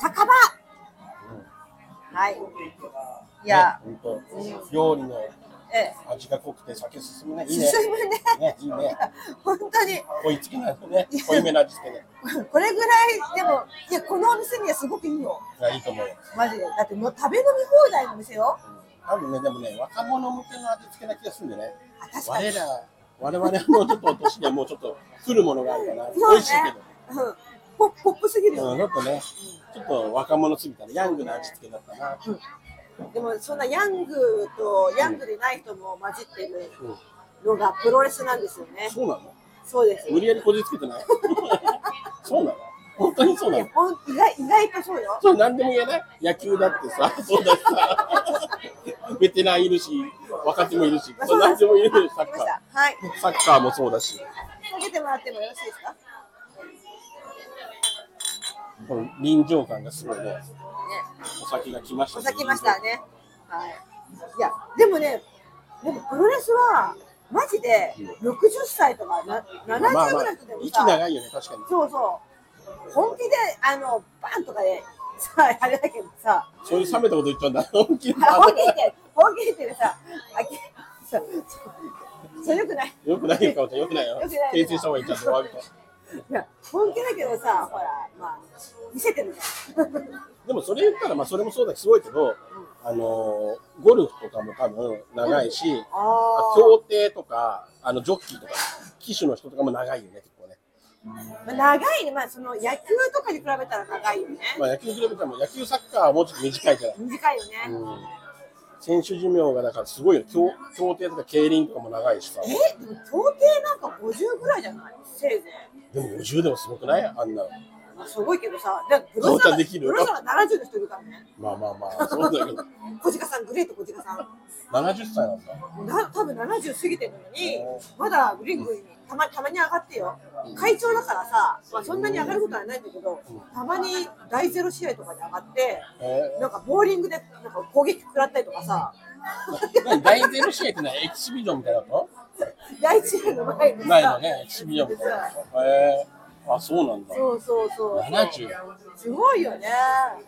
酒場はい。いや、ね、本当料理のええ、味が濃くて酒進むね。いい進ね。むね。ね、いいね。本当に。濃いつけないとね。濃いめの味付けね。これぐらい、でも、いや、このお店にはすごくいいよ。いやいいと思うよ。マジで。だってもう食べ飲み放題の店よ。多分ね、でもね、若者向けの味付けな気がするんでね。あ確かに。我ら、我々のちょっとお年にはもうちょっと来るものがあるかな。美そう味しいけね。うん。ポッポップすぎるど。うよねん、ちょっとね、ちょっと若者すぎたね。ヤングな味付けだったな。でもそんなヤングとヤングでない人も混じってるうん、のがプロレスなんですよね。そうなのそうです。無理やりこじつけてない そうなの本当にそうないのやほん意外意外とそうよ。そう、なんでも言えない野球だってさ、 そうだしさ、ベテランいるし、若手もいるし、そうなんでも言えないサわッかりまカした。はい。ー。サッカーもそうだし、かけてもらってもよろしいですか。ね。この臨場感がすごいね。お酒が来ましたおね、酒来ましたね。はい。いやでもね、でもプロレスはマジで60歳とかなまあまあ70ぐらいの人でも息さ、長いよね、確かに。そうそう本気であのバンとかでさあれだけどさ。そういう冷めたこと言ったんだ。本気あ本気って、本気ってさ、あき、そう、そうよくない。よくないよ、かおちゃん。よくないよ良くない。訂正した方がいいじゃん。終わるからいや、本気だけどさ、ほら、まあ、見せてるじゃん。でもそれ言ったら、まあそれもそうだし、すごいけど、あのー、ゴルフとかも多分長いし、あ競艇とか、あのジョッキーとか、騎手の人とかも長いよね、結構ね。あ、長いね、まあ、その野球とかに比べたら長いよね。まあ、野球に比べたらもう野球サッカーはもうちょっと短いから、短いよね。うん、選手寿命がだからすごいよ競競艇とか競輪とかも長いしさえ、でも、競艇なんか五十ぐらいじゃない、せいぜい。でも50でもすごくないあんなのまあ、すごいけどさ、だからプロレスどうかラできー、るプロレスラー七十の人いるからね。まあまあまあそうだけど小鹿さん、グレート小鹿さん、 70歳なんだな、多分七十過ぎてるのに、まだリングに、たま、たまに上がってよ。会長だからさ、まあ、そんなに上がることはないんだけど、たまに大ゼロ試合とかで上がって、えなんかボーリングでなんか攻撃食らったりとかさ、ー、何大ゼロ試合ってないエキシビジョンみたいなこ第一試合の前にとさ、ないのねエキシビジョンみたいなへえー、あそうなんだそうそうそう、 70すごいよね。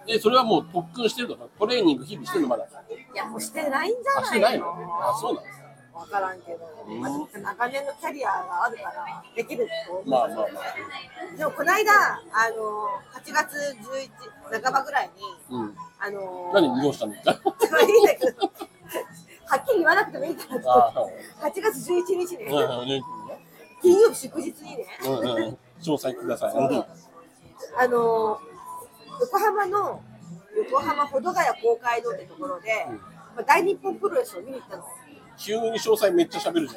えそれはもう特訓してるとかトレーニング日々してるのまだいや、もうしてないんじゃあしてなないいののあそうなんですわからんけど、まあ、長年のキャリアがあるからできると思う。まあまあまあでもこの間、あの8月11半ばぐらいに、うんあの 何利用 したんですかそれいいんだけど、はっきり言わなくてもいいからってああ8月11日ね、うんうん金曜日祝日にね、うんうん詳細ください、うんあの横浜の横浜保土ヶ谷公会堂ってところで、うんまあ、大日本プロレスを見に行ったの。急に詳細めっちゃ喋るじ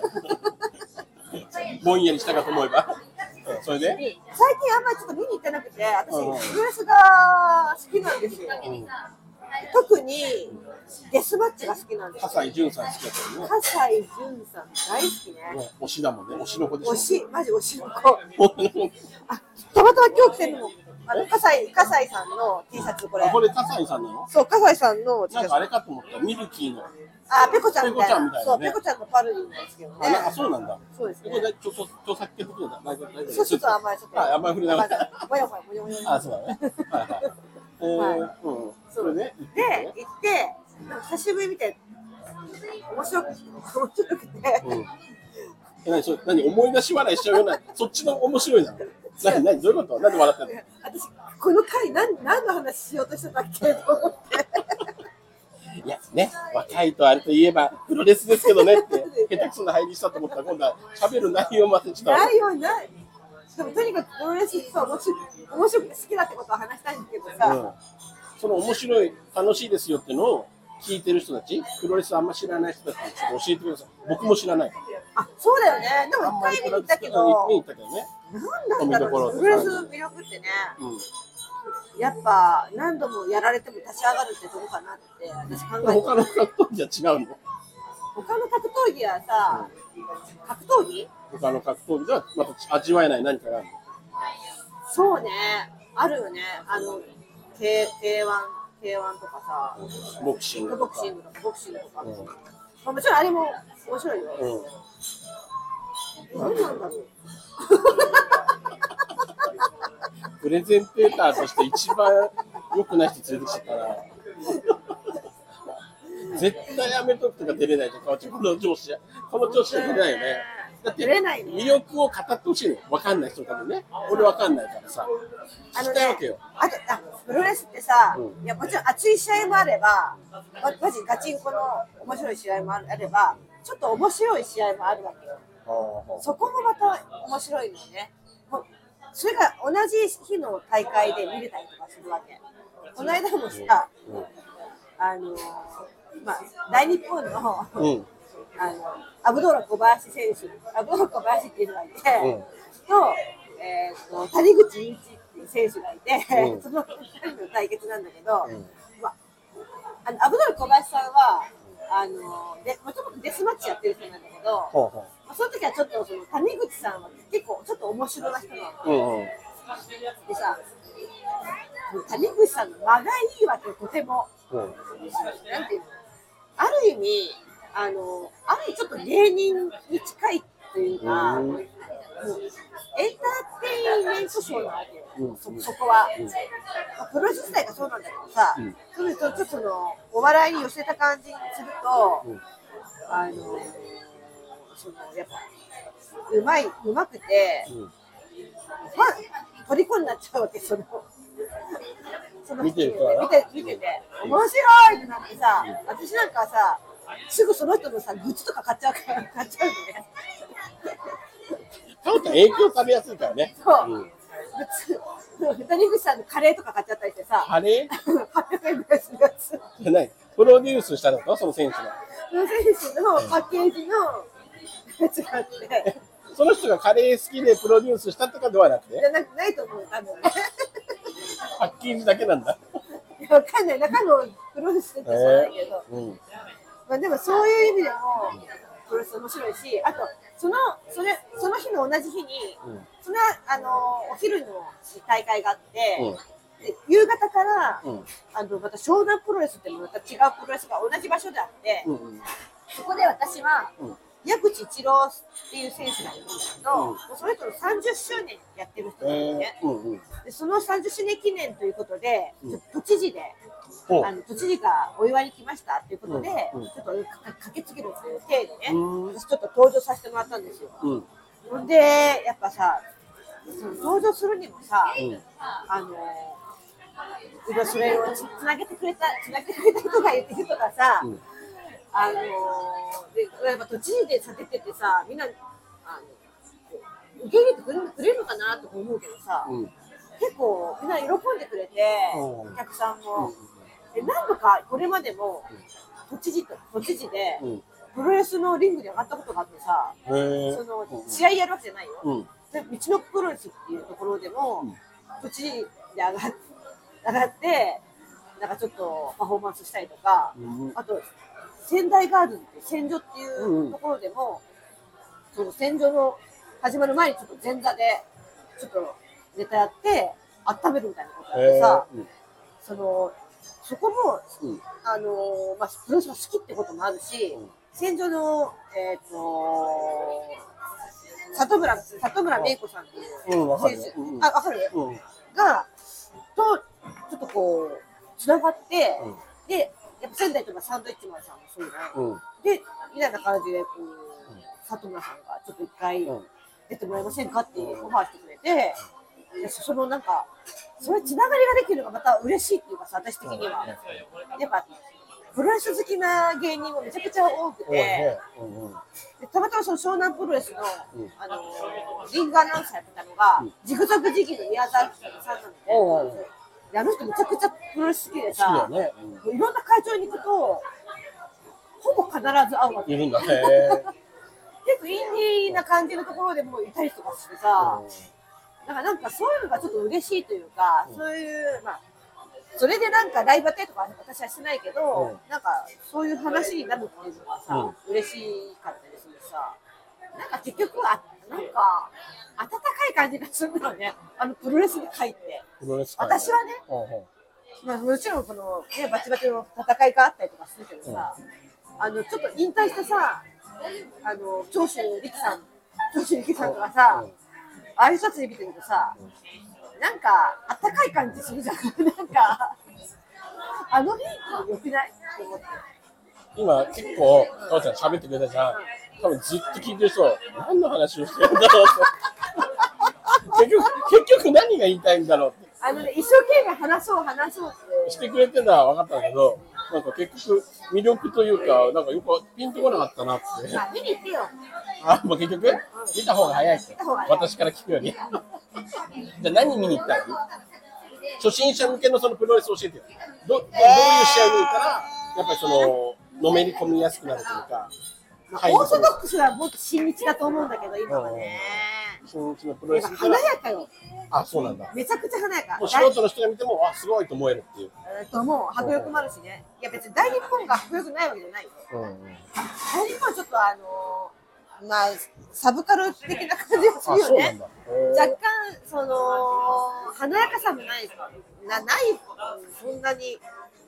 ゃん。ぼんやりしたかと思えば。うんそれで、最近あんまりちょっと見に行ってなくて、うん私、プロレスが好きなんですよ。特にデスマッチが好きなんですよ。葛西潤さん好きだったよね。葛西潤さん大好きね。ね推しだもんね。推しの子でしょ。推し、マジ推しの子。 こあ、たまたま今日着てるの。あの、葛西、葛西さんの T シャツ、これ。れ葛西さんなのそう、葛西さんの T シなャんツかあ。れかと思った。ミルキーの。あ、ペコちゃんみたいな。ペコちゃんみたいなねそう、ペコちゃんのパルディなんですけどね。あ、なんかそうなんだ。そうですこねれ。で著著著作権的なんだ。大丈夫大丈夫そうするとあんまりちょっと。あ、あんまり触れなかった。わよわよもよもよもあ、そうだね。はいはい。えーうん。それで、で、行って、なんか久しぶり見て、面白く、面白くて、うん。え、何それ何思い出し笑いしちゃうような、そっちの面白いなの。何何どういうことなんで笑ってんの私、この回何、何の話しようとしてたっけと思って。いやね、若いとあれといえばプロレスですけどねって、下手くそな入りしたと思ったら、今度は喋る内容までちょっないよ、ない。でもとにかくプロレス実は面白い面白くて好きだってことを話したいんだけどと、さ、うん、その面白い、楽しいですよってのを聞いてる人たち、プロレスあんま知らない人たち、ちょっと教えてください。僕も知らないから。あそうだよねでもあんま一り回見に行プロっレスたけど見に行ったけどね。何なんだろうプロレスの魅力ってねやっぱ何度もやられても立ち上がるってどこかなって私考うん、えて他の格闘技は違うの他の格闘技はさ、格闘技他の格闘技ではまた味わえない何かがあるの。そうね、あるよね、あの、K、K1、K1 とかさ、ボクシングとボクかシ。ングとか、ボクシングとか、うんまあ、もちろんあれも面白いよ。うん何なんだろう。プレゼンテーターとして一番良くない人連れてきちゃったな。絶対アメトーークとか出れないじゃん、この上司じゃ。この上司じゃ出れないよね。だって出れないね魅力を語ってほしいの。わかんない人のためにね。俺わかんないからさ。あ知のりたいわねけよ。、あとあプロレスってさ、ういやもちろん熱い試合もあれば、まマジガチンコの面白い試合もあれば、ちょっと面白い試合もあるわけよ。そこもまた面白いのよね。もうそれが同じ日の大会で見れたりとかするわけ。この間もさ、あのまあ、大日本のうん。うん。あのアブドーラ小林選手、アブドーラ小林っていうのがいて、うんと,、えー、と谷口雄一っていう選手がいて、うんその2人の対決なんだけど、うんまあ、あのアブドーラ小林さんは、あのでもともとデスマッチやってる人なんだけど、ほうほまあその時はちょっとその谷口さんは結構ちょっと面白な人なの。う。うんうん。でさ、谷口さんの間がいいわけよ、とても。うん。なんていうのある意味あのある意味ちょっと芸人に近いというか、うんもうエンターテインメントショーなわけよ、うんそそこは、まあプロレス自体がそうなんだけどさ、うんそれとちょっとそのお笑いに寄せた感じにすると、うんあのそのやっぱうまいうまくて、うんファン虜になっちゃうわけその。その見てる人はな見て見てて面白いってなってさ、私なんかはさ、すぐその人のさ、グッズとか買っちゃうから、買っちゃうのね。タオちゃん影響されやすいからね。そう。うんグッズ、谷口さんのカレーとか買っちゃったりしてさ、カレー800円ぐらいするやつ。そのじゃない。プロデュースしたのか、その選手が。選手のパッケージのやつがあって、その人がカレー好きでプロデュースしたとかではなくじて、ゃなくないと思う、多分 ね。パッケージだけなんだ。いやわかんない、中のプロレスって知らないけど。うん。まあ、でもそういう意味でもプロレス面白いしあとそのそれその日の同じ日に、うんそのあのお昼の大会があって、うんで夕方から、うんあのまた湘南プロレスっていうまた違うプロレスが同じ場所であって、うんうん。そこで私は、うん矢口一郎っていう選手がいるんだけど、うんもうその人の30周年やってる人なんで,、えねー、うんうん。でその30周年記念ということで、うんちょっと都知事で。ほあの都知事がお祝いに来ましたっていうことで、うんうんちょっとか駆けつけるっていう体でね、うん私ちょっと登場させてもらったんですよ。う。うん。ほんで、やっぱさ、その登場するにもさ、うんあの今それをつつなげてくれた、つなげてくれた人が言ってるとかさ、うんあのでやっぱ都知事でさ出ててさ、みんな、あの受け入れてくれるくれるのかなとか思うけどさ、うん。結構みんな喜んでくれて、うんお客さんも。で何度かこれまでも都知事と都知事でうん。プロレスのリングに上がったことがあってさ、へーその試合やるわけじゃないよ、うん。で道のプロレスっていうところでも、うん都知事で上がっ上がって、なんかちょっとパフォーマンスしたりとか、うんあと仙台ガールズって戦場っていんううんところでも、その戦場の始まる前にちょっと前座でちょっとネタやって温めるみたいなことやってへさー、うんそのそこもうん。あのーまあ、プロレスが好きってこともあるし、うん戦場の、えー、と里村里村芽衣子さんっていううんわかるよ選手、うんあわかる、うん。がとちょっとこうつながって、うんでやっぱ仙台とかサンドイッチマンさんもそうだ、うん。でみたいな感じでこう、里村さんがちょっと一回うん出てもらえませんかっていうオファーしてくれて、でそのなんかそういうつながりができるのがまた嬉しいっていうかさ私的には。やっぱプロレス好きな芸人もめちゃくちゃ多くて、多いね。うんうん。でたまたまその湘南プロレスの、うんあのーリングアナウンサーやってたのが、うんジグザグジギーの宮沢さんなので,、おうおうおうであの人めちゃくちゃプロレス好きで好きださよね。もういろんな会場に行くとほぼ必ず会うわうんけいるんだ。へ結構インディーな感じのところでもういたりとかしてさ、だからなんかそういうのがちょっと嬉しいというか、そういう、まあ、それでなんかライブやったりとか私はしてないけど、なんかそういう話になるっていうのがさ、嬉しかったりするしさ、なんか結局は、なんか、温かい感じがするのね、あのプロレスに入って。プロレス界私はね、うんうんまあ、もちろんこの、ね、バチバチの戦いがあったりとかするけどさ、あのちょっと引退したさあの長州力さん長州力さんとかさ、うん ああいう人たち見てるとさ、なんかあったかい感じするじゃんなんかあの雰囲気良くないって思って。今結構、かおちゃん喋ってくれたじゃん。多分ずっと聞いてる人、何の話をしてるんだろうと。結局、結局何が言いたいんだろうっあのね、一生懸命話そう話そうってて。してくれてるのは分かったんだけど、なんか結局、魅力というか、なんかよくピンとこなかったなって。まあ、見に行ってよ。あ、もう結局見た方が早いってた方が早い私から聞くより。じゃあ何見に行ったの初心者向けのそのプロレス教えてよ。どどういう試合に行ったら、やっぱりその、のめり込みやすくなるというか、入りオー込ソみドックスはもっと親日だと思うんだけど、今はね。新日のプロやレっスぱ見た華ら、やかよ。あ、そうなんだ。めちゃくちゃ華やか。もう素人の人が見ても、あ、すごいと思えるっていう。えっと、もう迫力もあるしね。いや、別に大日本が迫力ないわけじゃないよ。うんうん、大日本はちょっとあのーまあ、サブカル的な感じがすあ、るよそうなんね。だ。若へ干、その、華やかさもないな、ない、そんなに。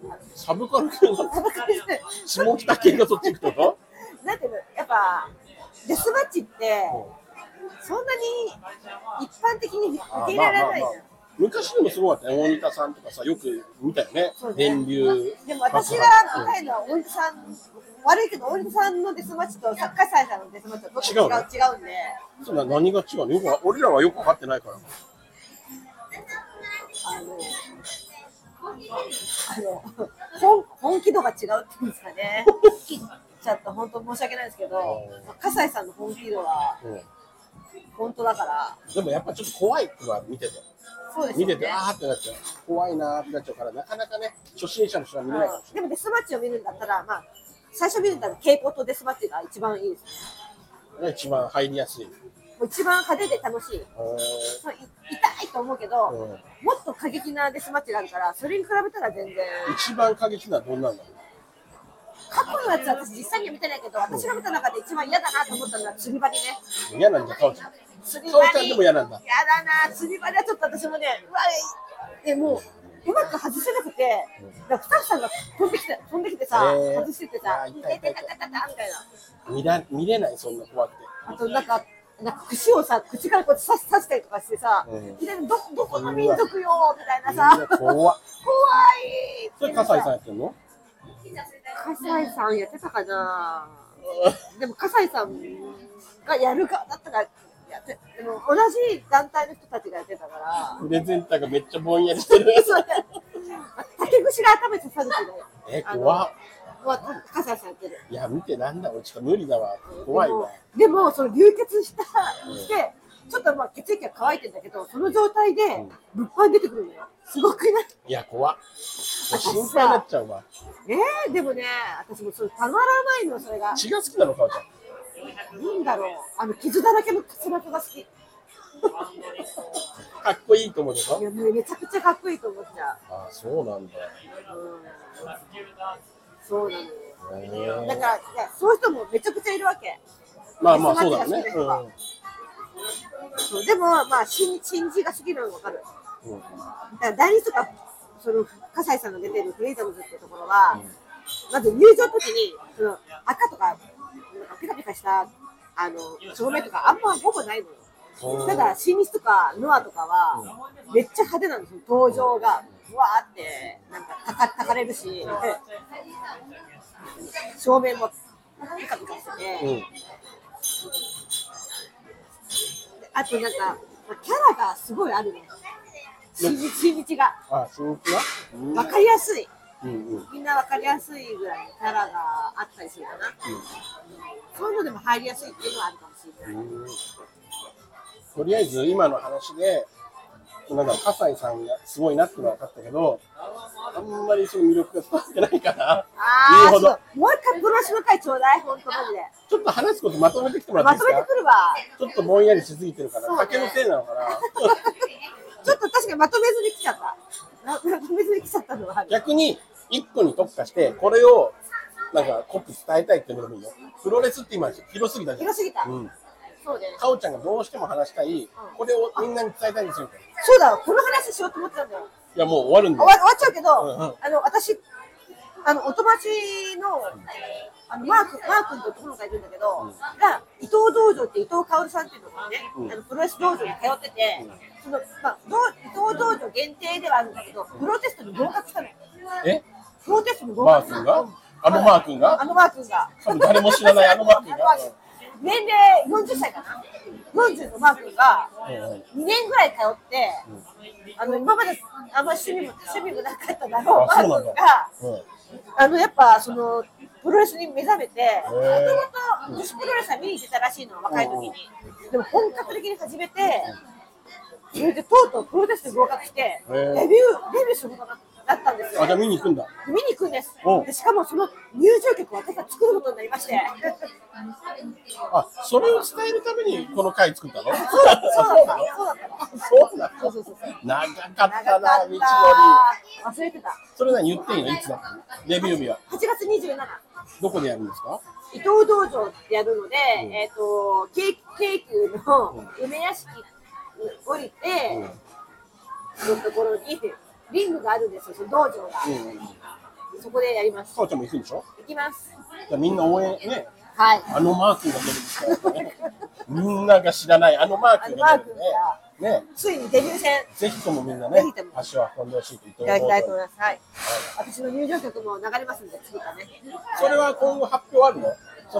ーサブカル系のサブカルじゃない下北系がそっち行くってこなんていうの、やっぱ、デスマッチって、とそんなに一般的に受あけ入れられないじゃん。昔でもすごかったね、大仁田さんとかさ、よく見たよねそう、ね電流。でも私が見たいのは大西さん、悪いけど大西さんのデスマッチとサッカーサイさんのデスマッチはどっちも違う違違うのうんで、そんな何が違うのよくわ俺らはよく分かってないから。あの、あの本本気度が違うっていうんですかね。ちょっと本当申し訳ないですけど、葛西さんの本気度はうん本当だから、でもやっぱちょっと怖いのは見てて、そうです見よねて。て、あーってなっちゃう。怖いなーってなっちゃうから、なかなかね、初心者の人は見れないかもしうんでもデスマッチを見るんだったら、まあ、最初見るんだったら蛍光とデスマッチが一番いいです。れない。一番入りやすい。へもう一番派手で楽しい。ーそうい痛いと思うけど、うんもっと過激なデスマッチがあるからそれに比べたら全然一番過激なのはどんなんだろ過去のやつ私実際には見てないけど私が見た中で一番嫌だなと思ったのは釣り針ねう嫌なんだ、かおちゃん。釣りかおちゃん針でも嫌なんだ。嫌だな釣り針はちょっと私もねうわいでもううまく外せなくて、なんかスタッフさんが飛んできて飛んできてさ、へー外しててさあ、ー痛痛いい痛痛いい痛い痛いみたい見ら見れない、そんな怖くて。な。あとなんか、なんか串をさ、口からこうやって刺し刺したりとかしてさ、うんいきなりどどこの民族よみたいなみさ、んな怖っ。そ怖いれ、笠井さんやって んの笠井さんやってたかなでも笠井さんがやるかだったからやってでも同じ団体の人たちがやってたからプレゼンターがめっちゃぼんやりしてる。そう竹串が頭に刺さるけどえ、怖っ。は笠井さんやってるいや、見てなんだ、俺ちょっと無理だわ。怖いわ。でもでもその流血したしてちょっとまあ血液が乾いてんだけどその状態で物販出てくるのよすごくないいや、怖っ。もう心配になっちゃうわ。えー、でもね私もそれたまらないのそれが血が好きなのかおちゃん。なんだろうあの傷だらけの靴箱が好きかっこいいと思うでしょいやもうめちゃくちゃかっこいいと思っちゃう。ああ、そうなうんだ。ん、そうなのよ。へだえからいやそういう人もめちゃくちゃいるわけ。まあまあ、そうだろうね。そうでもまあ新新人が過ぎるのわかる。うん。うんだから第二とかその笠井さんが出てるフリーダムズっていうところは、まず入場の時にその赤とかなんかピカピカしたあの照明とかあんまほぼないのよ。うんただ新日とかノアとかはめっちゃ派手なんですよ登場がうわーってなんかたかたかれるし照明もピカピカしてて、うん。あとなんかキャラがすごいあるね新日新日がああ、そうか。うん分かりやすいうんうん。みんな分かりやすいぐらいのキャラがあったりするかな、そういうのでも入りやすいっていうのはあるかもしれない、うんとりあえず今の話で、なんか葛西さんがすごいなってのは分かったけど、あんまりその魅力が伝わってないから、言あうほあど、もう一回プロレスの会ちょうだい本当マジでちょっと話すことまとめてきてもらっまていいとでめすてかくるわちょっとぼんやりしすぎてるから、そうね酒のせいなの かな。ちょっと確かにまとめずに来ちゃった。ままとめずに来ちゃったのはある。逆に、一個に特化して、これを、なんか、濃く伝えたいっていうのでもいいよ。プロレスって今、広すぎたじゃん。広すぎたうん。そうね。かおちゃんがどうしても話したい、これをみんなに伝えたいんですよ。そうだわ、この話しようと思ってたんだよ。いや、もう終わるん終わだ終よ。わっちゃうけど、うんうんあの、私、あの、お友達の、あの、マーク、マー君というところがいるんだけど、が、伊藤道場って伊藤薫さんっていうのがね、うんあの、プロレス道場に通ってて、その、まあ、どう伊藤道場限定ではあるんだけど、プロテストに合格したの。えプロテストの合マ格ー君があのマー君があのマー君が。多分誰も知らないあのマー君 が年齢40歳かな。40のマー君がうんうん2年ぐらい通って、あの今まであんま趣味も趣味もなかっただろうマあーそうなん君だが、うんあのやっぱそのプロレスに目覚めて、もともーと女子プロレスは見に行ってたらしいの若い時に。でも本格的に始めて、それでとうとうプロテストに合格してへデビューーデビューすることになったんですよあじゃ。あ見に行くんだ見に行くんですうん。でしかもその入場曲を私が作ることになりま して。あそれを伝えるためにこの回作ったのそうだった。そうだった。そうだった。そうなそのうそうそうそう。長かっ長かたっな道のりた。忘れてた。それ何言っていいのいつだったのデビュー日は8月27日。どこでやるんですか伊藤道場ってやるので、えっ、と、京京急の梅屋敷に降りて、のところに、リングがあるんですよ、その道場が。うんうんそこでやります。かおちゃんも行くんでしょ行きます。じゃあみんな応援ねはい。あのマー君が出るんですからねみんなが知らないあのマー君が出るんでねねついにデビュー戦ぜひともみんなねぜひとも足を運んでほしいと言っていおただきたいとこ思ういます。はい。私の入場曲も流れますんで、次からね。それは今後発表あるのそ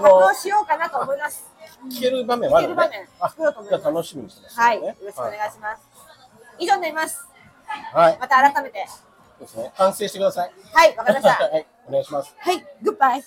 発の表しようかなと思います。聞ける場面はあるの、ね、聞ける場面作ろうと思いますあじゃあ楽しみにしてます、はい。よねろしくお願いします。以上になります。はい、はいまた改めて。そうですね反省してくださいはい、わかりました。 はいお願いしますはい、グッバイ。